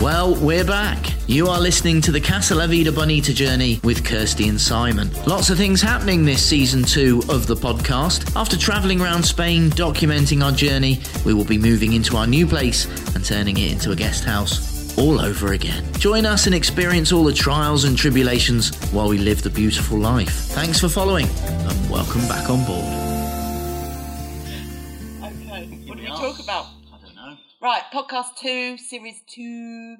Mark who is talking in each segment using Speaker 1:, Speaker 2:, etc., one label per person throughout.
Speaker 1: Well, we're back. You are listening to the Casa La Vida Bonita journey with Kirsty and Simon. Lots of things happening this season two of the podcast. After travelling around Spain documenting our journey, we will be moving into our new place and turning it into a guest house all over again. Join us and experience all the trials and tribulations while we live the beautiful life. Thanks for following and welcome back on board.
Speaker 2: Okay. What do we
Speaker 1: are.
Speaker 2: talk about?
Speaker 1: I don't know.
Speaker 2: Right, podcast two, series two,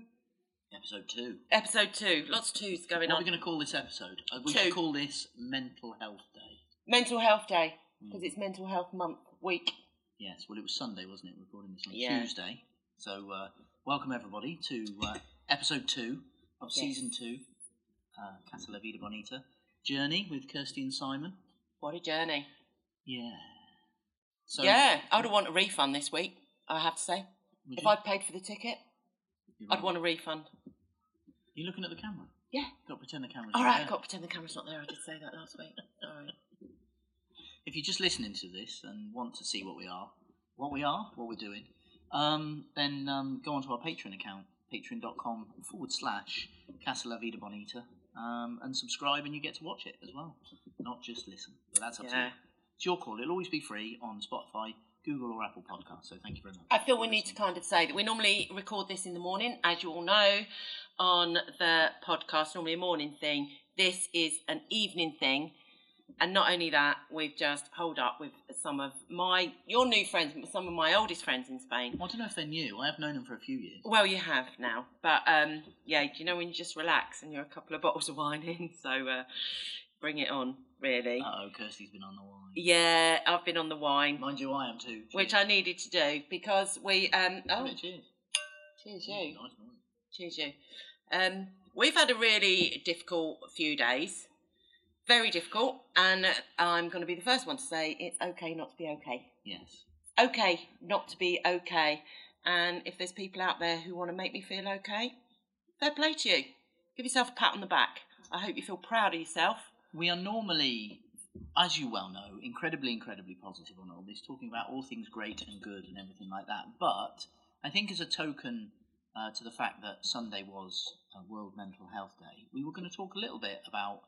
Speaker 1: Episode two.
Speaker 2: episode two. Lots of twos going
Speaker 1: What are
Speaker 2: on.
Speaker 1: we going to call this episode? Uh, We
Speaker 2: Two.
Speaker 1: should call this Mental Health Day.
Speaker 2: Mental Health Day
Speaker 1: Hmm.
Speaker 2: because it's Mental Health Month week.
Speaker 1: Yes, well, it was Sunday, wasn't it? We're Recording this on
Speaker 2: Yeah.
Speaker 1: Tuesday. So, uh, welcome everybody to uh, episode two of
Speaker 2: Yes.
Speaker 1: season two, uh, Casa La Vida Bonita Journey with Kirsty and Simon.
Speaker 2: What a journey!
Speaker 1: Yeah. So,
Speaker 2: yeah, I would want a refund this week. I have to say,
Speaker 1: would
Speaker 2: if
Speaker 1: you-
Speaker 2: I'd paid for the ticket,
Speaker 1: you're
Speaker 2: I'd
Speaker 1: right.
Speaker 2: want a refund.
Speaker 1: You looking at the camera?
Speaker 2: Yeah.
Speaker 1: Got to pretend the camera's
Speaker 2: All
Speaker 1: not
Speaker 2: right,
Speaker 1: there.
Speaker 2: I've got to pretend the camera's not there. I did say that last week. All right.
Speaker 1: if you're just listening to this and want to see what we are, what we are, what we're doing, um, then um, go onto our Patreon account, patreon.com forward slash Casa La Vida Bonita, um, and subscribe, and you get to watch it as well, not just listen. But that's up to you.
Speaker 2: Yeah.
Speaker 1: It's your call. It'll always be free on Spotify, Google, or Apple Podcasts. So thank you very much.
Speaker 2: I feel we
Speaker 1: for
Speaker 2: need to
Speaker 1: listening.
Speaker 2: kind of say that we normally record this in the morning, as you all know, on the podcast, normally a morning thing. This is an evening thing. And not only that, we've just holed up with some of my, your new friends, some of my oldest friends in Spain.
Speaker 1: I don't know if they're new. I have known them for a few years.
Speaker 2: Well, you have now, but um, yeah, do you know when you just relax and you're a couple of bottles of wine in? So uh, bring it on, really.
Speaker 1: Uh oh, Kirsty's been on the line.
Speaker 2: yeah, I've been on the wine,
Speaker 1: Mind you, I am too.
Speaker 2: which I
Speaker 1: Cheers.
Speaker 2: needed to do because we, um,
Speaker 1: Give
Speaker 2: oh,
Speaker 1: it a Cheers.
Speaker 2: cheers,
Speaker 1: Nice
Speaker 2: you.
Speaker 1: noise.
Speaker 2: Cheers, you. Um, we've had a really difficult few days, very difficult, and I'm going to be the first one to say it's okay not to be okay.
Speaker 1: Yes.
Speaker 2: Okay not to be okay. And if there's people out there who want to make me feel okay, fair play to you. Give yourself a pat on the back. I hope you feel proud of yourself.
Speaker 1: we are normally, as you well know, incredibly, incredibly positive on all this, talking about all things great and good and everything like that. But I think, as a token uh, to the fact that Sunday was uh, World Mental Health Day, we were going to talk a little bit about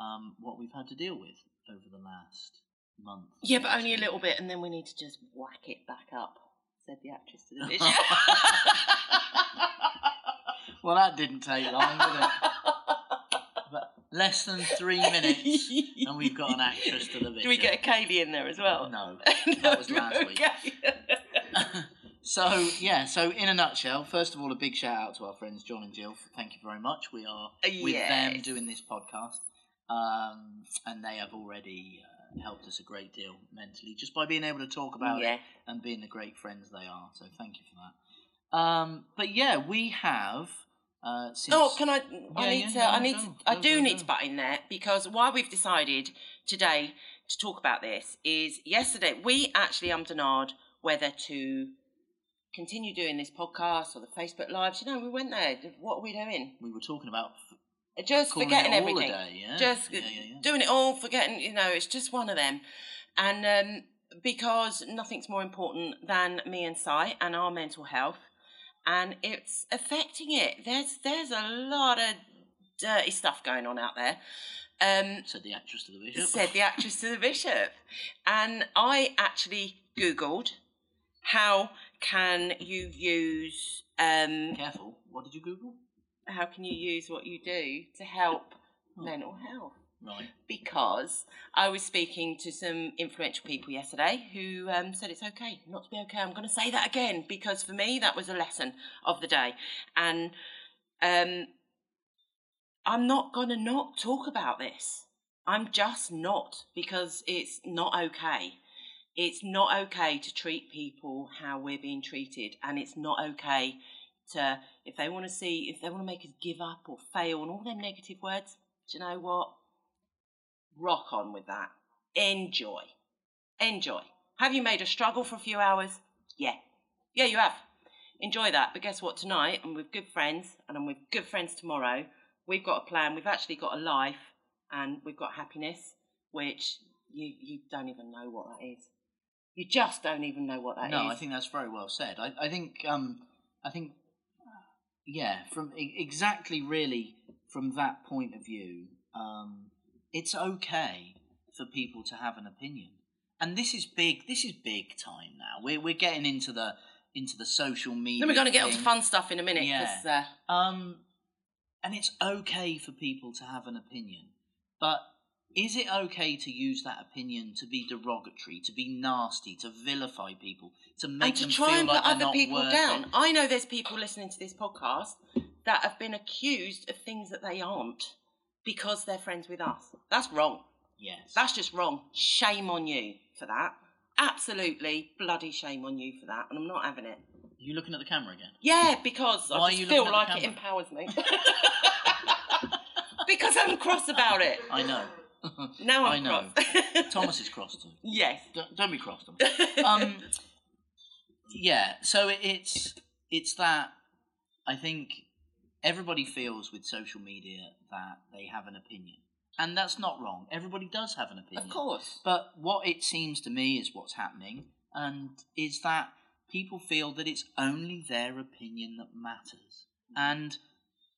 Speaker 1: um, what we've had to deal with over the last month.
Speaker 2: Yeah, but only a little bit, and then we need to just whack it back up, said the actress to the
Speaker 1: Well, that didn't take long, did it?
Speaker 2: bitch.
Speaker 1: But less than three minutes, and we've got an actress to the
Speaker 2: Do we
Speaker 1: picture.
Speaker 2: get a Kaylee in there as well?
Speaker 1: No.
Speaker 2: No,
Speaker 1: was last week.
Speaker 2: okay.
Speaker 1: so yeah, so in a nutshell, first of all, a big shout out to our friends John and Jill. Thank you very much. We are with them
Speaker 2: Uh, Yes.
Speaker 1: doing this podcast, um, and they have already uh, helped us a great deal mentally just by being able to talk about it
Speaker 2: yeah.
Speaker 1: and being the great friends they are. So thank you for that. Um, but yeah, we have. Uh, since
Speaker 2: Oh, can I? I
Speaker 1: Yeah,
Speaker 2: need
Speaker 1: yeah,
Speaker 2: to.
Speaker 1: go
Speaker 2: I
Speaker 1: on,
Speaker 2: need
Speaker 1: go
Speaker 2: to.
Speaker 1: on,
Speaker 2: I
Speaker 1: go,
Speaker 2: do
Speaker 1: go,
Speaker 2: need
Speaker 1: go.
Speaker 2: to butt in there because why we've decided today to talk about this is yesterday we actually um denied whether to continue doing this podcast or the Facebook lives. You know, we went there. What are we doing?
Speaker 1: we were talking about f-
Speaker 2: Just
Speaker 1: calling
Speaker 2: forgetting
Speaker 1: it all
Speaker 2: everything.
Speaker 1: a day, yeah,
Speaker 2: just
Speaker 1: yeah, yeah, yeah.
Speaker 2: doing it all, forgetting, you know, it's just one of them. And um, because nothing's more important than me and Si and our mental health, and it's affecting it. There's there's a lot of dirty stuff going on out there. Um,
Speaker 1: said the actress to the bishop.
Speaker 2: Said the actress to the bishop. And I actually Googled how can you use um,
Speaker 1: Careful. What did you Google?
Speaker 2: how can you use what you do to help
Speaker 1: Oh.
Speaker 2: mental health
Speaker 1: Right.
Speaker 2: because I was speaking to some influential people yesterday who um, said it's okay not to be okay. I'm going to say that again because for me that was a lesson of the day, and um, I'm not going to not talk about this. I'm just not because it's not okay. It's not okay to treat people how we're being treated, and it's not okay to if they want to see if they want to make us give up or fail and all them negative words. Do you know what? rock on with that. Enjoy. Enjoy. Have you made a struggle for a few hours? Yeah. Yeah, you have. Enjoy that. But guess what? Tonight, I'm with good friends and I'm with good friends tomorrow. We've got a plan. We've actually got a life and we've got happiness, which you, you don't even know what that is. You just don't even know what that is.
Speaker 1: no, I think that's very well said. I, I think um, I think yeah, from e- exactly really from that point of view, um, it's okay for people to have an opinion, and this is big. This is big time now. We're we're getting into the into the social media.
Speaker 2: Then we're going to get on to
Speaker 1: thing.
Speaker 2: fun stuff in a minute. 'cause, uh,
Speaker 1: Um, and it's okay for people to have an opinion, but is it okay to use that opinion to be derogatory, to be nasty, to vilify people, to make
Speaker 2: and to
Speaker 1: them
Speaker 2: try
Speaker 1: feel
Speaker 2: and
Speaker 1: like
Speaker 2: put
Speaker 1: they're
Speaker 2: other
Speaker 1: not
Speaker 2: people
Speaker 1: worth
Speaker 2: down.
Speaker 1: it?
Speaker 2: I know there's people listening to this podcast that have been accused of things that they aren't because they're friends with us. That's wrong.
Speaker 1: Yes.
Speaker 2: That's just wrong. Shame on you for that. Absolutely bloody shame on you for that. And I'm not having it.
Speaker 1: you looking at the camera again?
Speaker 2: Yeah, because
Speaker 1: Why are
Speaker 2: I just
Speaker 1: you
Speaker 2: feel
Speaker 1: looking at
Speaker 2: like
Speaker 1: the
Speaker 2: it
Speaker 1: camera?
Speaker 2: empowers me. because I'm cross about it.
Speaker 1: I know.
Speaker 2: Now
Speaker 1: I
Speaker 2: I'm
Speaker 1: know.
Speaker 2: cross.
Speaker 1: Thomas is cross too.
Speaker 2: yes.
Speaker 1: Don't, don't be cross, Thomas. um, yeah. So it, it's it's that I think everybody feels with social media that they have an opinion, and that's not wrong. Everybody does have an opinion,
Speaker 2: Of course.
Speaker 1: But what it seems to me is what's happening, and is that people feel that it's only their opinion that matters, and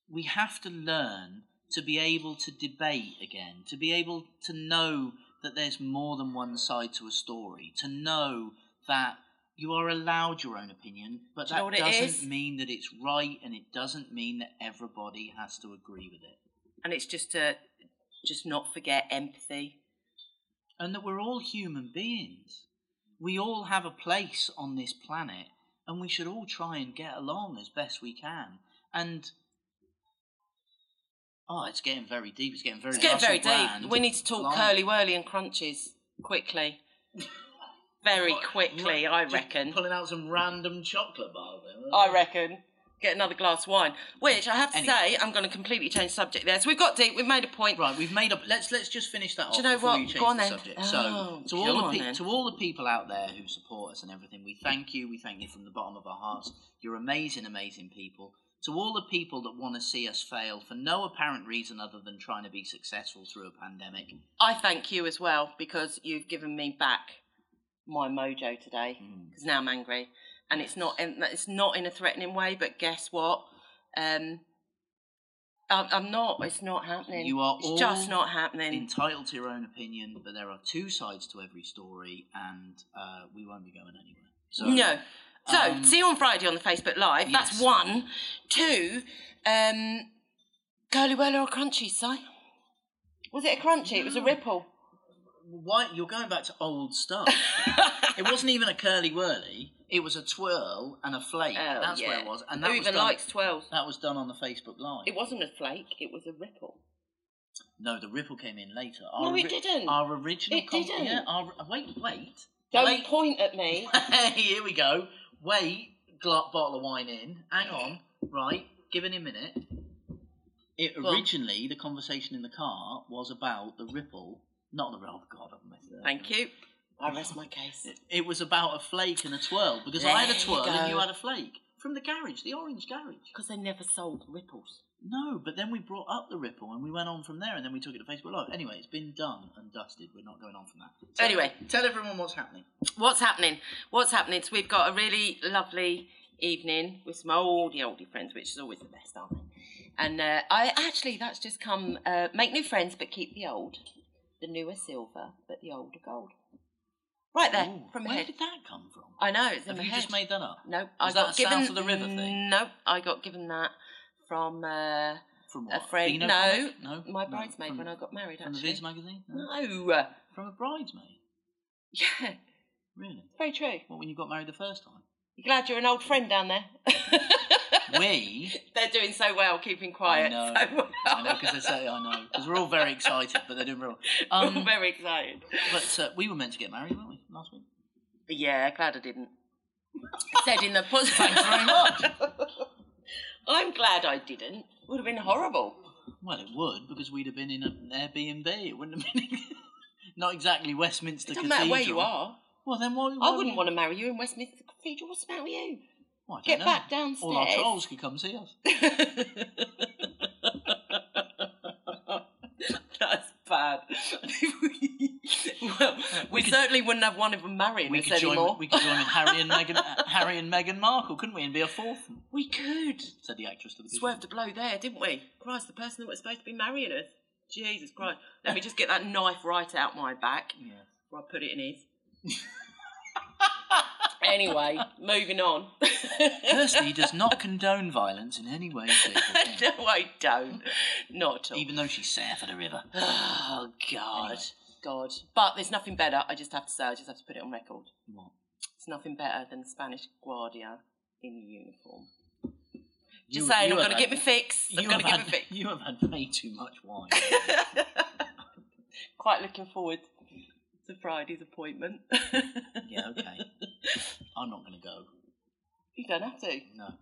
Speaker 1: we have to learn to be able to debate again, to be able to know that there's more than one side to a story, to know that you are allowed your own opinion, but
Speaker 2: Do you know
Speaker 1: that
Speaker 2: what it
Speaker 1: doesn't
Speaker 2: is?
Speaker 1: mean that it's right and it doesn't mean that everybody has to agree with it.
Speaker 2: And it's just to just not forget empathy.
Speaker 1: And that we're all human beings. We all have a place on this planet and we should all try and get along as best we can. And Oh, it's getting very deep. It's getting very
Speaker 2: It's getting
Speaker 1: Russell
Speaker 2: very
Speaker 1: Brand.
Speaker 2: deep. We need to talk
Speaker 1: Blimey.
Speaker 2: curly whirly and crunches quickly. Very
Speaker 1: What-
Speaker 2: quickly,
Speaker 1: ra-
Speaker 2: I
Speaker 1: just
Speaker 2: reckon.
Speaker 1: Pulling out some random chocolate bar there. wasn't
Speaker 2: I
Speaker 1: it?
Speaker 2: reckon. Get another glass of wine. Which I have to
Speaker 1: Anyway.
Speaker 2: say, I'm going to completely change subject there. So we've got deep, we've made a point.
Speaker 1: Right, we've made up. Let's let's just finish that off.
Speaker 2: you know
Speaker 1: before
Speaker 2: what?
Speaker 1: You change
Speaker 2: Go on
Speaker 1: the
Speaker 2: then.
Speaker 1: subject.
Speaker 2: Oh,
Speaker 1: so, to all
Speaker 2: go on
Speaker 1: the pe-
Speaker 2: then.
Speaker 1: to all the people out there who support us and everything, we thank you. We thank you from the bottom of our hearts. You're amazing, amazing people. To all the people that want to see us fail for no apparent reason other than trying to be successful through a pandemic,
Speaker 2: I thank you as well because you've given me back my mojo today
Speaker 1: Mm.
Speaker 2: because now I'm angry, and it's not in, it's not in a threatening way. But guess what? Um, I'm, I'm not. It's not happening.
Speaker 1: You are
Speaker 2: It's
Speaker 1: all
Speaker 2: just not happening.
Speaker 1: entitled to your own opinion. But there are two sides to every story, and uh, we won't be going anywhere. So,
Speaker 2: no. So
Speaker 1: um,
Speaker 2: see you on Friday on the Facebook Live.
Speaker 1: yes.
Speaker 2: That's one. Two. Um, curly whirly or crunchy, Si? Was it a crunchy? It was
Speaker 1: Mm.
Speaker 2: a ripple.
Speaker 1: Why you're going back to old stuff? it wasn't even a curly whirly. It was a twirl and a flake.
Speaker 2: Oh,
Speaker 1: That's where
Speaker 2: yeah.
Speaker 1: it was, and that
Speaker 2: Who
Speaker 1: was
Speaker 2: even
Speaker 1: done,
Speaker 2: likes twelve?
Speaker 1: that was done on the Facebook Live.
Speaker 2: It wasn't a flake. It was a ripple.
Speaker 1: no, the ripple came in later.
Speaker 2: No, it
Speaker 1: ori-
Speaker 2: didn't.
Speaker 1: Our original.
Speaker 2: It didn't.
Speaker 1: Yeah, our, wait, wait.
Speaker 2: Don't
Speaker 1: wait.
Speaker 2: point at me.
Speaker 1: Here we go. Wait. Glut bottle of wine in. Hang on. Right. Give it a minute. It
Speaker 2: Go on.
Speaker 1: originally the conversation in the car was about the ripple, not the ripple. Oh, God, I've missed it.
Speaker 2: Thank you. I rest my case.
Speaker 1: It- It was about a flake and a twirl because I had a
Speaker 2: There you
Speaker 1: twirl and you
Speaker 2: go.
Speaker 1: had a flake from the garage, the orange garage.
Speaker 2: Because they never sold ripples.
Speaker 1: No, but then we brought up the ripple and we went on from there and then we took it to Facebook Live. Anyway, it's been done and dusted. We're not going on from that. Tell-
Speaker 2: Anyway.
Speaker 1: tell everyone what's happening.
Speaker 2: What's happening? What's happening? So we've got a really lovely evening with some oldie oldie friends, which is always the best, aren't they? And uh, I actually that's just come uh, make new friends, but keep the old. The newer silver, but the older gold. Right there
Speaker 1: Ooh,
Speaker 2: from
Speaker 1: where
Speaker 2: my head.
Speaker 1: did that come from?
Speaker 2: I know it's in
Speaker 1: Have
Speaker 2: my
Speaker 1: you
Speaker 2: head.
Speaker 1: just made that up?
Speaker 2: no, I
Speaker 1: Was that
Speaker 2: got
Speaker 1: a
Speaker 2: given
Speaker 1: South of the River thing?
Speaker 2: No, I got given that from uh,
Speaker 1: From
Speaker 2: a
Speaker 1: what?
Speaker 2: friend.
Speaker 1: Beano
Speaker 2: no,
Speaker 1: comic? no,
Speaker 2: my
Speaker 1: No,
Speaker 2: bridesmaid
Speaker 1: from,
Speaker 2: when I got Mm. married.
Speaker 1: from the
Speaker 2: actually,
Speaker 1: Viz magazine. No.
Speaker 2: no.
Speaker 1: From a bridesmaid,
Speaker 2: Yeah,
Speaker 1: really?
Speaker 2: very true.
Speaker 1: What when you got married the first time?
Speaker 2: You're glad you're an old friend down there.
Speaker 1: we
Speaker 2: They're doing so well, keeping quiet.
Speaker 1: I know.
Speaker 2: So well.
Speaker 1: I know because they say I know because we're all very excited, but they're doing real.
Speaker 2: We're
Speaker 1: Um,
Speaker 2: all very excited.
Speaker 1: but uh, we were meant to get married, weren't we, last week?
Speaker 2: But yeah, glad I didn't. Said in the positive.
Speaker 1: Thanks very much.
Speaker 2: I'm glad I didn't. Would have been horrible.
Speaker 1: Well, it would because we'd have been in an Airbnb. It wouldn't have been not exactly Westminster
Speaker 2: It doesn't matter
Speaker 1: Cathedral.
Speaker 2: where you are.
Speaker 1: Well, then why? why
Speaker 2: I wouldn't want to marry you in Westminster Cathedral. What's the matter with you?
Speaker 1: Well, I don't
Speaker 2: Get
Speaker 1: know.
Speaker 2: back
Speaker 1: All our
Speaker 2: downstairs.
Speaker 1: trolls could come see us.
Speaker 2: That's bad. well, we,
Speaker 1: could-
Speaker 2: certainly wouldn't have one of them marrying
Speaker 1: We
Speaker 2: us
Speaker 1: could join.
Speaker 2: anymore.
Speaker 1: We could join with Harry and Meghan. Harry and Meghan Markle, couldn't we? And be a fourth.
Speaker 2: We could.
Speaker 1: said the actress to the pigeon.
Speaker 2: Swerved a blow there, didn't we? Christ, the person that was supposed to be marrying us. Jesus Christ. Let me just get that knife right out my back
Speaker 1: Yes.
Speaker 2: before I put it in his. Anyway, moving on.
Speaker 1: Kirsty does not condone violence in any way, shape, or form,
Speaker 2: no, I don't. Not at all.
Speaker 1: even though she's there for the river.
Speaker 2: Oh God,
Speaker 1: Anyway.
Speaker 2: God! But there's nothing better. I just have to say, I just have to put it on record.
Speaker 1: What?
Speaker 2: It's nothing better than the Spanish Guardia in the uniform.
Speaker 1: You-
Speaker 2: Just saying,
Speaker 1: you
Speaker 2: I'm
Speaker 1: have
Speaker 2: gonna get
Speaker 1: had-
Speaker 2: my fix. I'm
Speaker 1: you
Speaker 2: gonna
Speaker 1: have
Speaker 2: get my
Speaker 1: had-
Speaker 2: fix.
Speaker 1: You have had way too much wine.
Speaker 2: Quite looking forward to Friday's appointment.
Speaker 1: yeah, okay. I'm not going to go.
Speaker 2: you don't have to.
Speaker 1: No.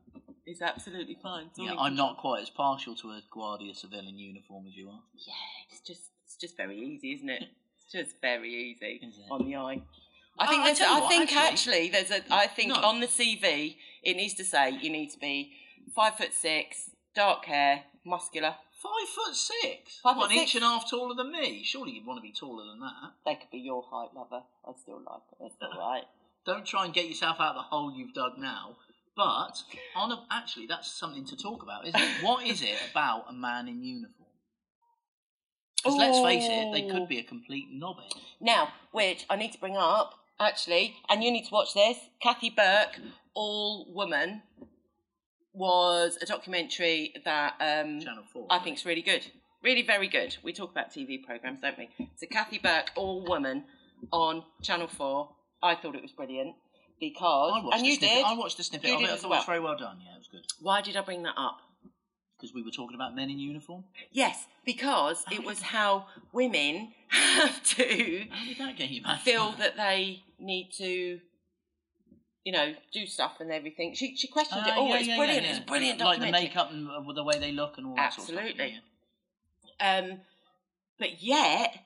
Speaker 2: It's absolutely fine. It's all
Speaker 1: Yeah,
Speaker 2: in
Speaker 1: I'm
Speaker 2: control.
Speaker 1: not quite as partial to a Guardia civilian uniform as you are.
Speaker 2: Yeah, it's just it's just very easy, isn't it? It's just very easy
Speaker 1: Is it?
Speaker 2: on the eye. I
Speaker 1: Oh,
Speaker 2: think
Speaker 1: I
Speaker 2: there's,
Speaker 1: tell you
Speaker 2: I,
Speaker 1: what,
Speaker 2: think
Speaker 1: actually-
Speaker 2: actually, there's a I think
Speaker 1: No.
Speaker 2: on the CV it needs to say you need to be five foot six, dark hair, muscular.
Speaker 1: Five foot six.
Speaker 2: Five
Speaker 1: What,
Speaker 2: foot
Speaker 1: an
Speaker 2: six?
Speaker 1: inch and a half taller than me. Surely you'd want to be taller than that.
Speaker 2: They could be your height, lover. I still like it. It's all right.
Speaker 1: Don't try and get yourself out of the hole you've dug now. But on a, actually, that's something to talk about, isn't it? What is it about a man in uniform? Because let's face it, they could be a complete knobhead.
Speaker 2: Now, which I need to bring up actually, and you need to watch this. Kathy Burke, All Woman, was a documentary that um,
Speaker 1: Channel Four.
Speaker 2: I think it's really good. Really very good. We talk about TV programmes, don't we? So Kathy Burke, All Woman, on Channel 4. I thought it was brilliant because...
Speaker 1: I watched
Speaker 2: and
Speaker 1: the
Speaker 2: you
Speaker 1: snippet.
Speaker 2: did.
Speaker 1: I watched the snippet.
Speaker 2: You
Speaker 1: of
Speaker 2: did
Speaker 1: it. I
Speaker 2: as
Speaker 1: thought it
Speaker 2: well.
Speaker 1: was very well done. Yeah, it was good
Speaker 2: Why did I bring that up?
Speaker 1: because we were talking about men in uniform.
Speaker 2: Yes, because it was how women have to
Speaker 1: How did that get you back?
Speaker 2: feel that they need to... You know, do stuff and everything. She she questioned it.
Speaker 1: Ah,
Speaker 2: Oh,
Speaker 1: yeah,
Speaker 2: it's
Speaker 1: yeah,
Speaker 2: brilliant!
Speaker 1: yeah, yeah.
Speaker 2: It's brilliant.
Speaker 1: Like the
Speaker 2: documentary.
Speaker 1: makeup and uh, the way they look and all that sort of stuff.
Speaker 2: Absolutely. Um, but yet,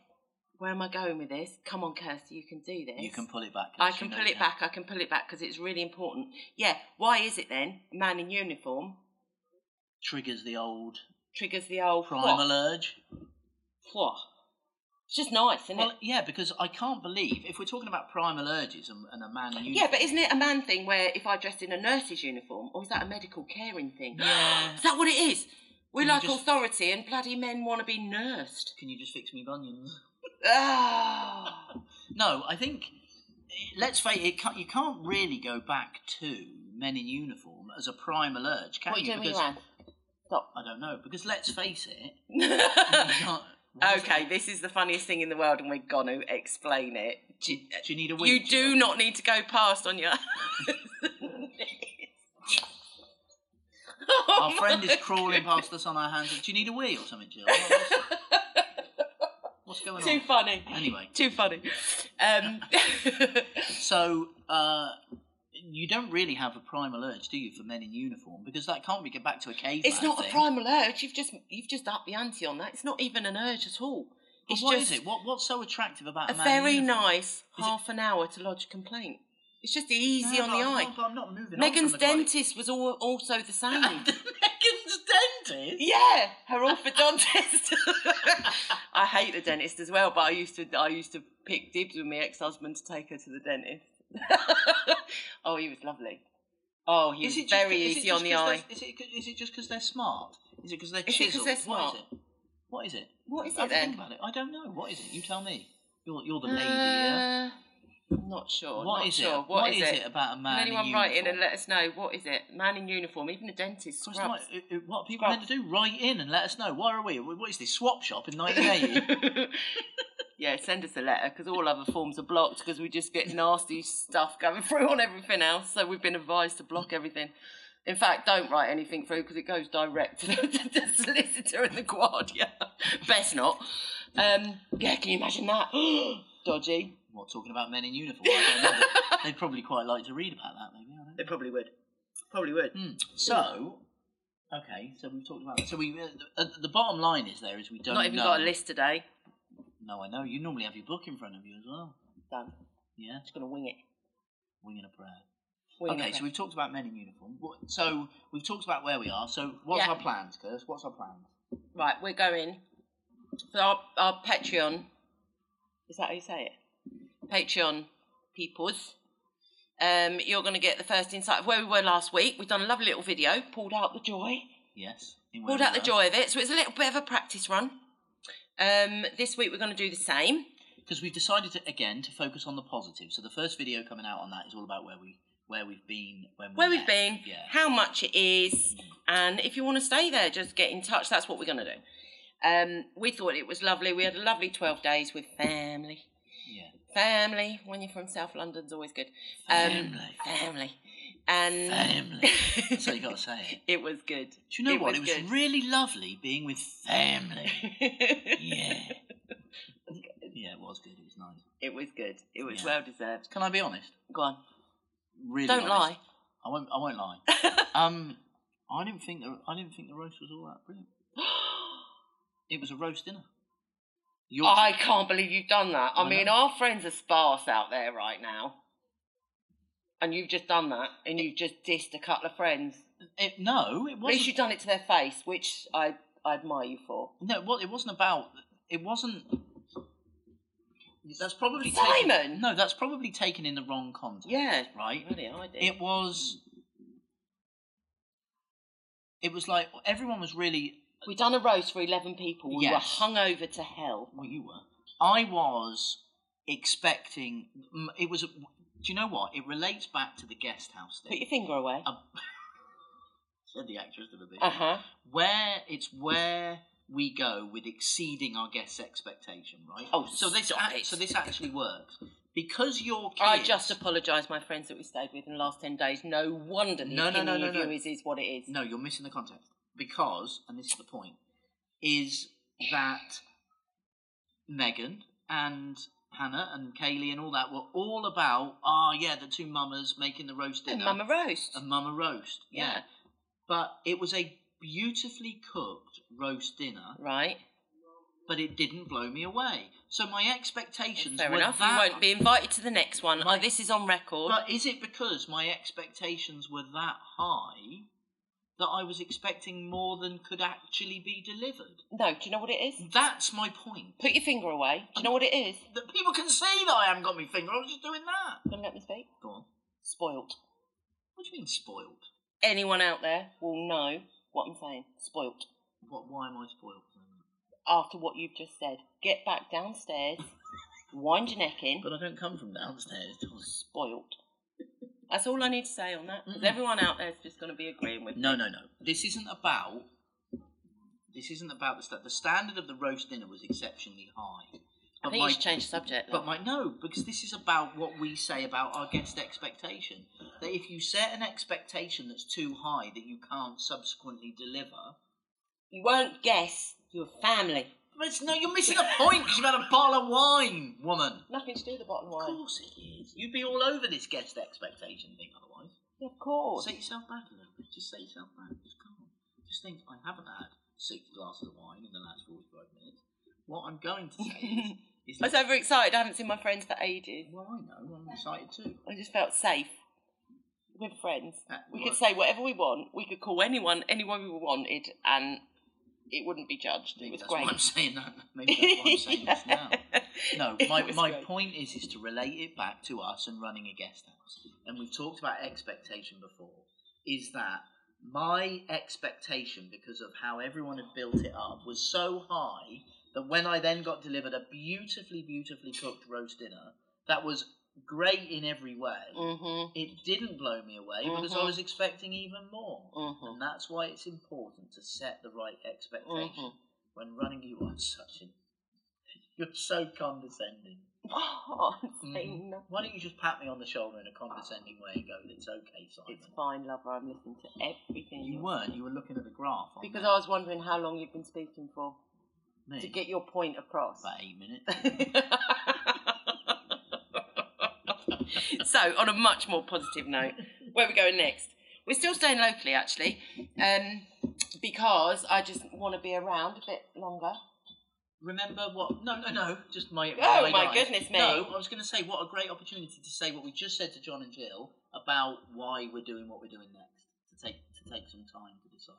Speaker 2: where am I going with this? Come on, Kirsty, you can do this.
Speaker 1: You can pull it back.
Speaker 2: I
Speaker 1: Kirsty,
Speaker 2: can
Speaker 1: no,
Speaker 2: pull
Speaker 1: you
Speaker 2: it back. I can pull it back because it's really important. Yeah. Why is it then? a Man in uniform
Speaker 1: Triggers the old
Speaker 2: triggers the old
Speaker 1: primal
Speaker 2: primal.
Speaker 1: urge.
Speaker 2: It's just nice, isn't
Speaker 1: Well,
Speaker 2: it?
Speaker 1: yeah, because I can't believe if we're talking about primal urges and, and a man in
Speaker 2: Yeah,
Speaker 1: uniform.
Speaker 2: but isn't it a man thing where if I dressed in a nurse's uniform, or is that a medical caring thing?
Speaker 1: Yeah.
Speaker 2: is that what it is? We
Speaker 1: You
Speaker 2: like
Speaker 1: just-
Speaker 2: authority, and bloody men want to be nursed.
Speaker 1: Can you just fix me bunions?
Speaker 2: Ah.
Speaker 1: No, I think let's face it. Can't, you can't really go back to men in uniform as a primal urge, can
Speaker 2: what are you doing with
Speaker 1: Because
Speaker 2: your hand?
Speaker 1: I don't know. Because let's face it. you
Speaker 2: Stop.
Speaker 1: can't- what is
Speaker 2: Okay,
Speaker 1: it?
Speaker 2: this is the funniest thing in the world, and we're going to explain it.
Speaker 1: Do you, uh, do you need a wink?
Speaker 2: You do not need to go past on your.
Speaker 1: Our friend is crawling past us on our hands. Do you need a wee or something, Jill? What's going
Speaker 2: Too
Speaker 1: on?
Speaker 2: funny.
Speaker 1: Anyway,
Speaker 2: Too funny. Um,
Speaker 1: so uh, you don't really have a primal urge, do you, for men in uniform? Because that can't be get back to a caveman.
Speaker 2: it's not a
Speaker 1: thing.
Speaker 2: primal urge. You've just you've just upped the ante on that. It's not even an urge at all.
Speaker 1: But
Speaker 2: It's
Speaker 1: what
Speaker 2: just
Speaker 1: is it? What, what's so attractive about
Speaker 2: a
Speaker 1: man in
Speaker 2: very
Speaker 1: uniform?
Speaker 2: nice
Speaker 1: it-
Speaker 2: half an hour to lodge a complaint. It's just easy
Speaker 1: No,
Speaker 2: on
Speaker 1: but
Speaker 2: the
Speaker 1: I'm
Speaker 2: eye.
Speaker 1: not- but I'm not moving. on from
Speaker 2: Megan's
Speaker 1: the guy.
Speaker 2: dentist was all, also the same.
Speaker 1: Megan's dentist.
Speaker 2: Yeah, her orthodontist. I hate the dentist as well, but I used to I used to pick dibs with my ex husband to take her to the dentist. oh, he was lovely. Oh, he was
Speaker 1: it just-
Speaker 2: very
Speaker 1: is it
Speaker 2: easy
Speaker 1: just
Speaker 2: on the
Speaker 1: 'cause
Speaker 2: eye.
Speaker 1: they're- Is it, is it just because they're smart? Is it because they're
Speaker 2: Is it 'cause
Speaker 1: chiseled?
Speaker 2: they're
Speaker 1: What
Speaker 2: smart?
Speaker 1: is it? What is it?
Speaker 2: What is
Speaker 1: Have
Speaker 2: it
Speaker 1: a think
Speaker 2: then?
Speaker 1: about it. I don't know. What is it? You tell me. You're, you're the lady here.
Speaker 2: Uh, I'm not sure.
Speaker 1: What
Speaker 2: not
Speaker 1: is
Speaker 2: sure.
Speaker 1: it?
Speaker 2: What is, it?
Speaker 1: about a man
Speaker 2: Can anyone
Speaker 1: in
Speaker 2: write
Speaker 1: uniform?
Speaker 2: in and let us know what is it? Man in uniform, even a dentist
Speaker 1: Of course not.
Speaker 2: scrubs.
Speaker 1: It- it- what are people meant to do? Write in and let us know. Why are we? What is this swap shop in 1980?
Speaker 2: yeah, send us a letter because all other forms are blocked because we just get nasty stuff going through on everything else. So we've been advised to block everything. In fact, don't write anything through because it goes direct to the, the solicitor and the guardian. Best not. Um, yeah, can you imagine that? Dodgy.
Speaker 1: what talking about men in uniform? I don't know. They'd probably quite like to read about that, maybe. I don't know.
Speaker 2: They probably would. Probably would.
Speaker 1: So, okay, so we've talked about. So we, uh, the, the bottom line is there is we don't
Speaker 2: Not even
Speaker 1: know.
Speaker 2: got a list today.
Speaker 1: No, I know. You normally have your book in front of you as well.
Speaker 2: Done.
Speaker 1: Yeah,
Speaker 2: Just gonna wing it.
Speaker 1: winging a prayer.
Speaker 2: Wing
Speaker 1: okay,
Speaker 2: it.
Speaker 1: so we've talked about men in uniform. What, so we've talked about where we are. So what's
Speaker 2: Yeah.
Speaker 1: our plans, Curse? What's our plans?
Speaker 2: right, we're going for our, our Patreon. Is that how you say it? Patreon peoples. Um, you're going to get the first insight of where we were last week. We've done a lovely little video, pulled out the joy,
Speaker 1: Yes. in
Speaker 2: pulled
Speaker 1: Wales.
Speaker 2: out the joy of it. So it's a little bit of a practice run. Um, this week we're going to do the same.
Speaker 1: because we've decided to, again to focus on the positive. So the first video coming out on that is all about where we where we've been when we
Speaker 2: where we've
Speaker 1: met.
Speaker 2: been,
Speaker 1: Yeah.
Speaker 2: how much it is, and if you want to stay there, just get in touch. That's what we're going to do. Um, we thought it was lovely. We had a lovely 12 days with family.
Speaker 1: yeah.
Speaker 2: Um, Family, when you're from South London's always good. Um,
Speaker 1: Family.
Speaker 2: family. And
Speaker 1: Family. That's how you got to say it.
Speaker 2: it was good.
Speaker 1: Do you know
Speaker 2: It
Speaker 1: what?
Speaker 2: was
Speaker 1: it was
Speaker 2: good.
Speaker 1: really lovely being with family. Yeah. yeah, it was good. It was nice.
Speaker 2: it was good. It was
Speaker 1: Yeah.
Speaker 2: well deserved.
Speaker 1: Can I be honest?
Speaker 2: Go on.
Speaker 1: Really.
Speaker 2: Don't
Speaker 1: honest.
Speaker 2: lie.
Speaker 1: I won't. I won't lie. um, I didn't think the I didn't think the roast was all that brilliant. It was a roast dinner. Your
Speaker 2: I can't believe you've done that. I,
Speaker 1: I
Speaker 2: mean,
Speaker 1: know.
Speaker 2: our friends are sparse out there right now. And you've just done that, and you've just dissed a couple of friends.
Speaker 1: It, no, it
Speaker 2: At least
Speaker 1: wasn't.
Speaker 2: you've done it to their face, which I, I admire you for.
Speaker 1: No, well, it wasn't about. It wasn't. That's probably
Speaker 2: Simon!
Speaker 1: Taken, no, that's probably taken in the wrong context.
Speaker 2: Yeah.
Speaker 1: right.
Speaker 2: Really, I did.
Speaker 1: It was. It was like everyone was really.
Speaker 2: we done a roast for 11 people. We were
Speaker 1: Yes.
Speaker 2: hungover to hell.
Speaker 1: Well, you were. I was expecting. mm, It was. Do you know what? It relates back to the guest house
Speaker 2: Put
Speaker 1: thing.
Speaker 2: your finger away.
Speaker 1: Um, said the actress of the bit.
Speaker 2: Uh huh.
Speaker 1: where it's where we go with exceeding our guests' expectation, right?
Speaker 2: Oh,
Speaker 1: so this
Speaker 2: stop
Speaker 1: ac-
Speaker 2: it.
Speaker 1: so this actually works because your kids.
Speaker 2: I just apologise, my friends that we stayed with in the last 10 days. No wonder the
Speaker 1: No, no,
Speaker 2: opinion
Speaker 1: no, no,
Speaker 2: of
Speaker 1: no.
Speaker 2: you is, is what it is.
Speaker 1: no, you're missing the context because, and this is the point, is that Megan and Hannah and Kaylee and all that were all about ah yeah the two mamas making the roast
Speaker 2: And
Speaker 1: dinner
Speaker 2: Mama Roast.
Speaker 1: a mama roast
Speaker 2: Yeah.
Speaker 1: but it was a beautifully cooked roast dinner
Speaker 2: right.
Speaker 1: but it didn't blow me away. So my expectations
Speaker 2: Fair
Speaker 1: were
Speaker 2: enough. You
Speaker 1: that.
Speaker 2: won't be invited to the next one. Oh, this is on record.
Speaker 1: But is it because my expectations were that high that I was expecting more than could actually be delivered?
Speaker 2: No, do you know what it is?
Speaker 1: That's my point.
Speaker 2: Put your finger away. Do you know what it is?
Speaker 1: That people can see that I haven't got my finger. I was just doing that.
Speaker 2: Don't let me speak.
Speaker 1: Go on.
Speaker 2: Spoilt.
Speaker 1: What do you mean spoiled?
Speaker 2: Anyone out there will know what I'm saying. Spoilt.
Speaker 1: What? Why am I spoiled?
Speaker 2: After what you've just said, get back downstairs, wind your neck in.
Speaker 1: But I don't come from downstairs. Tom.
Speaker 2: Spoilt. That's all I need to say on that. Because
Speaker 1: Mm-mm.
Speaker 2: everyone out there is just going to be agreeing with
Speaker 1: No, no, no. This isn't about. This isn't about the stuff. The standard of the roast dinner was exceptionally high.
Speaker 2: I
Speaker 1: But
Speaker 2: think
Speaker 1: my-
Speaker 2: you should change the subject.
Speaker 1: But my no, because this is about what we say about our guest expectation. That if you set an expectation that's too high that you can't subsequently deliver,
Speaker 2: you won't guess your family.
Speaker 1: but it's, no, you're missing a point because you've had a bottle of wine, woman.
Speaker 2: Nothing to do with the bottom
Speaker 1: Of
Speaker 2: line.
Speaker 1: course it is. You'd be all over this guest expectation thing otherwise.
Speaker 2: Yeah, of course.
Speaker 1: Set yourself back a little bit. Just set yourself back. Just come on. Just think, I haven't had six glasses of wine in the last 45 minutes. What I'm going to say is, is
Speaker 2: I was overexcited. I haven't seen my friends for ages.
Speaker 1: well, I know. I'm excited too.
Speaker 2: I just felt safe with friends.
Speaker 1: At
Speaker 2: we
Speaker 1: work.
Speaker 2: could say whatever we want. We could call anyone, anyone we wanted, and it wouldn't be judged. It was
Speaker 1: that's
Speaker 2: great.
Speaker 1: why I'm saying that. Maybe that's why I'm saying this now. No,
Speaker 2: It
Speaker 1: my,
Speaker 2: was
Speaker 1: my
Speaker 2: great.
Speaker 1: point is is to relate it back to us and running a guest house. And we've talked about expectation before. Is that my expectation because of how everyone had built it up was so high that when I then got delivered a beautifully, beautifully cooked roast dinner that was great in every way,
Speaker 2: Mhm,
Speaker 1: it didn't blow me away because I
Speaker 2: Mhm.
Speaker 1: was expecting even more.
Speaker 2: mhm,
Speaker 1: And that's why it's important to set the right expectation
Speaker 2: mhm.
Speaker 1: when running you are such an you're so condescending.
Speaker 2: Oh, I'm saying
Speaker 1: Mhm.
Speaker 2: nothing.
Speaker 1: Why don't you just pat me on the shoulder in a condescending way and go, "It's okay, Simon."
Speaker 2: It's fine, lover. I'm listening to everything.
Speaker 1: You
Speaker 2: you're
Speaker 1: weren't.
Speaker 2: saying.
Speaker 1: You were looking at the graph. On
Speaker 2: Because
Speaker 1: there.
Speaker 2: I was wondering how long you've been speaking for
Speaker 1: me.
Speaker 2: to get your point across.
Speaker 1: about eight minutes.
Speaker 2: so, on a much more positive note, where are we going next? We're still staying locally, actually, um, because I just want to be around a bit longer.
Speaker 1: Remember what? No, no, no. Just my.
Speaker 2: Oh,
Speaker 1: my,
Speaker 2: my
Speaker 1: eyes.
Speaker 2: goodness me.
Speaker 1: No, I was going to say what a great opportunity to say what we just said to John and Jill about why we're doing what we're doing next. To take to take some time to decide.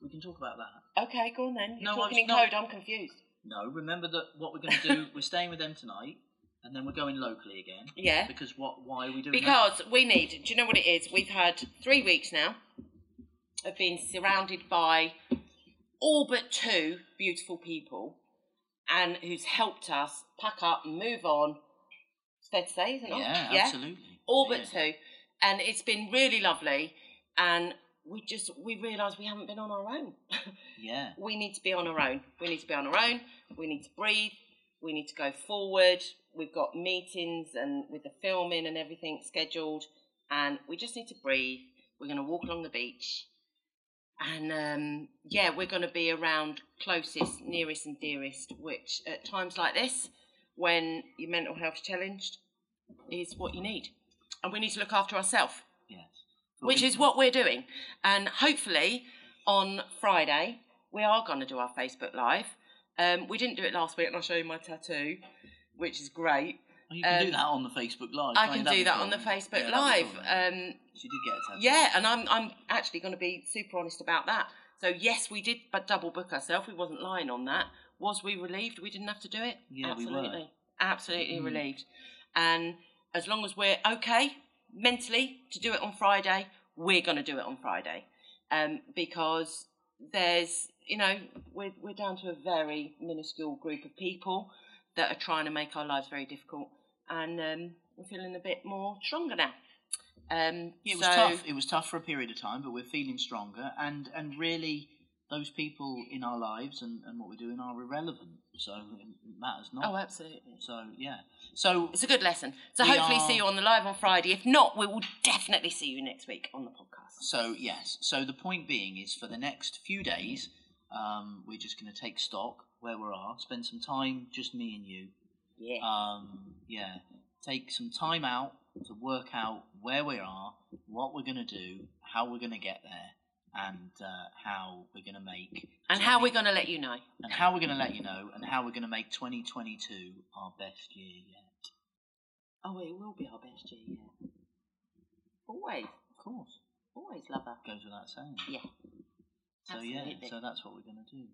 Speaker 1: We can talk about that.
Speaker 2: Okay, go on then. You're
Speaker 1: No,
Speaker 2: talking
Speaker 1: I'm
Speaker 2: in
Speaker 1: not-
Speaker 2: code. I'm confused.
Speaker 1: No, remember that what we're going to do. we're staying with them tonight. and then we're going locally again.
Speaker 2: Yeah.
Speaker 1: Because what? Why are we doing? that?
Speaker 2: Because we need, do you know what it is? We've had three weeks now of being surrounded by all but two beautiful people and who's helped us pack up and move on. It's fair to say, isn't it?
Speaker 1: yeah, absolutely.
Speaker 2: All
Speaker 1: Yeah.
Speaker 2: but two. And it's been really lovely. And we just, we realise we haven't been on our own.
Speaker 1: Yeah.
Speaker 2: we need to be on our own. We need to be on our own. We need to breathe. We need to go forward. We've got meetings and with the filming and everything scheduled, and we just need to breathe. We're going to walk along the beach, and um, yeah, we're going to be around closest, nearest, and dearest. Which at times like this, when your mental health's challenged, is what you need, and we need to look after ourselves
Speaker 1: Yes. But
Speaker 2: which
Speaker 1: we-
Speaker 2: is what we're doing. And hopefully on Friday, we are going to do our Facebook Live. Um, we didn't do it last week, and I'll show you my tattoo, which is great.
Speaker 1: Oh, you can do
Speaker 2: um,
Speaker 1: that on the Facebook Live.
Speaker 2: I
Speaker 1: can't
Speaker 2: can
Speaker 1: you? That'd
Speaker 2: do
Speaker 1: be
Speaker 2: that
Speaker 1: cool.
Speaker 2: on the Facebook
Speaker 1: Yeah, that'd
Speaker 2: Live.
Speaker 1: be cool.
Speaker 2: Um,
Speaker 1: she did get a tattoo.
Speaker 2: yeah, and I'm, I'm actually going to be super honest about that. So, yes, we did but double book ourselves. We wasn't lying on that. Was we relieved we didn't have to do it?
Speaker 1: Yeah, we were.
Speaker 2: Absolutely. Absolutely
Speaker 1: Mm.
Speaker 2: relieved. And as long as we're okay mentally to do it on Friday, we're going to do it on Friday. Um, because there's, you know, we're, we're down to a very minuscule group of people that are trying to make our lives very difficult. And um, we're feeling a bit more stronger now. Um,
Speaker 1: It was
Speaker 2: so-
Speaker 1: tough. It was tough for a period of time, but we're feeling stronger. And and really, those people in our lives and, and what we're doing are irrelevant. So it matters not.
Speaker 2: Oh, absolutely.
Speaker 1: so yeah. So
Speaker 2: It's a good lesson. So
Speaker 1: We
Speaker 2: hopefully
Speaker 1: are-
Speaker 2: see you on the live on Friday. If not, we will definitely see you next week on the podcast.
Speaker 1: So yes. So the point being is, for the next few days, um, we're just going to take stock where we are, spend some time, just me and you.
Speaker 2: Yeah.
Speaker 1: Um, yeah. Take some time out to work out where we are, what we're going to do, how we're going to get there, and uh, how we're going to make
Speaker 2: and how we're going to let you know.
Speaker 1: and how we're going to let you know, and how we're going to make 2022 our best year yet.
Speaker 2: Oh, it will be our best year, yeah. Always,
Speaker 1: Of course,
Speaker 2: always, lover.
Speaker 1: goes without saying.
Speaker 2: Yeah.
Speaker 1: So yeah,
Speaker 2: absolutely.
Speaker 1: so that's what we're going to do.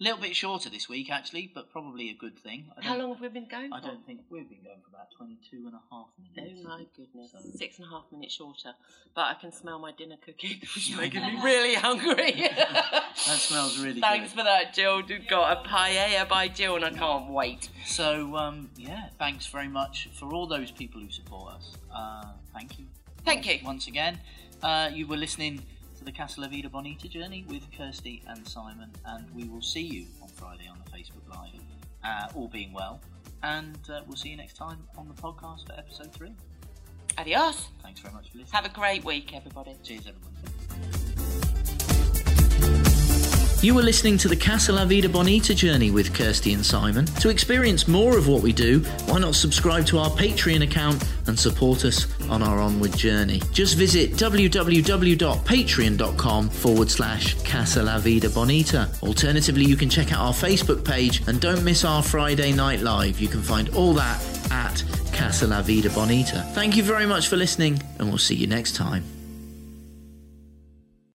Speaker 1: A little bit shorter this week, actually, but probably a good thing. I
Speaker 2: How
Speaker 1: don't-
Speaker 2: long have we been going
Speaker 1: I
Speaker 2: for?
Speaker 1: don't think we've been going for about 22 and a half minutes.
Speaker 2: Oh my goodness,
Speaker 1: So-
Speaker 2: six and a half minutes shorter, but I can smell my dinner cooking, which is making me
Speaker 1: Yeah.
Speaker 2: really hungry. that
Speaker 1: smells really
Speaker 2: Thanks
Speaker 1: good.
Speaker 2: for that, Jill. You've got a paella by Jill, and I can't wait.
Speaker 1: So um, yeah, thanks very much for all those people who support us. Uh, thank you.
Speaker 2: Thank
Speaker 1: Once-
Speaker 2: you.
Speaker 1: once again. Uh, you were listening to the Casa La Vida Bonita journey with Kirsty and Simon, and we will see you on Friday on the Facebook Live, uh, all being well. And uh, we'll see you next time on the podcast for episode three.
Speaker 2: Adios.
Speaker 1: Thanks very much for listening.
Speaker 2: Have a great week, everybody.
Speaker 1: Cheers, everyone.
Speaker 3: You were listening to the Casa La Vida Bonita journey with Kirsty and Simon. To experience more of what we do, why not subscribe to our Patreon account and support us on our onward journey? Just visit www.patreon.com forward slash Casa La Vida Bonita. Alternatively, you can check out our Facebook page and don't miss our Friday Night Live. You can find all that at Casa La Vida Bonita. Thank you very much for listening, and we'll see you next time.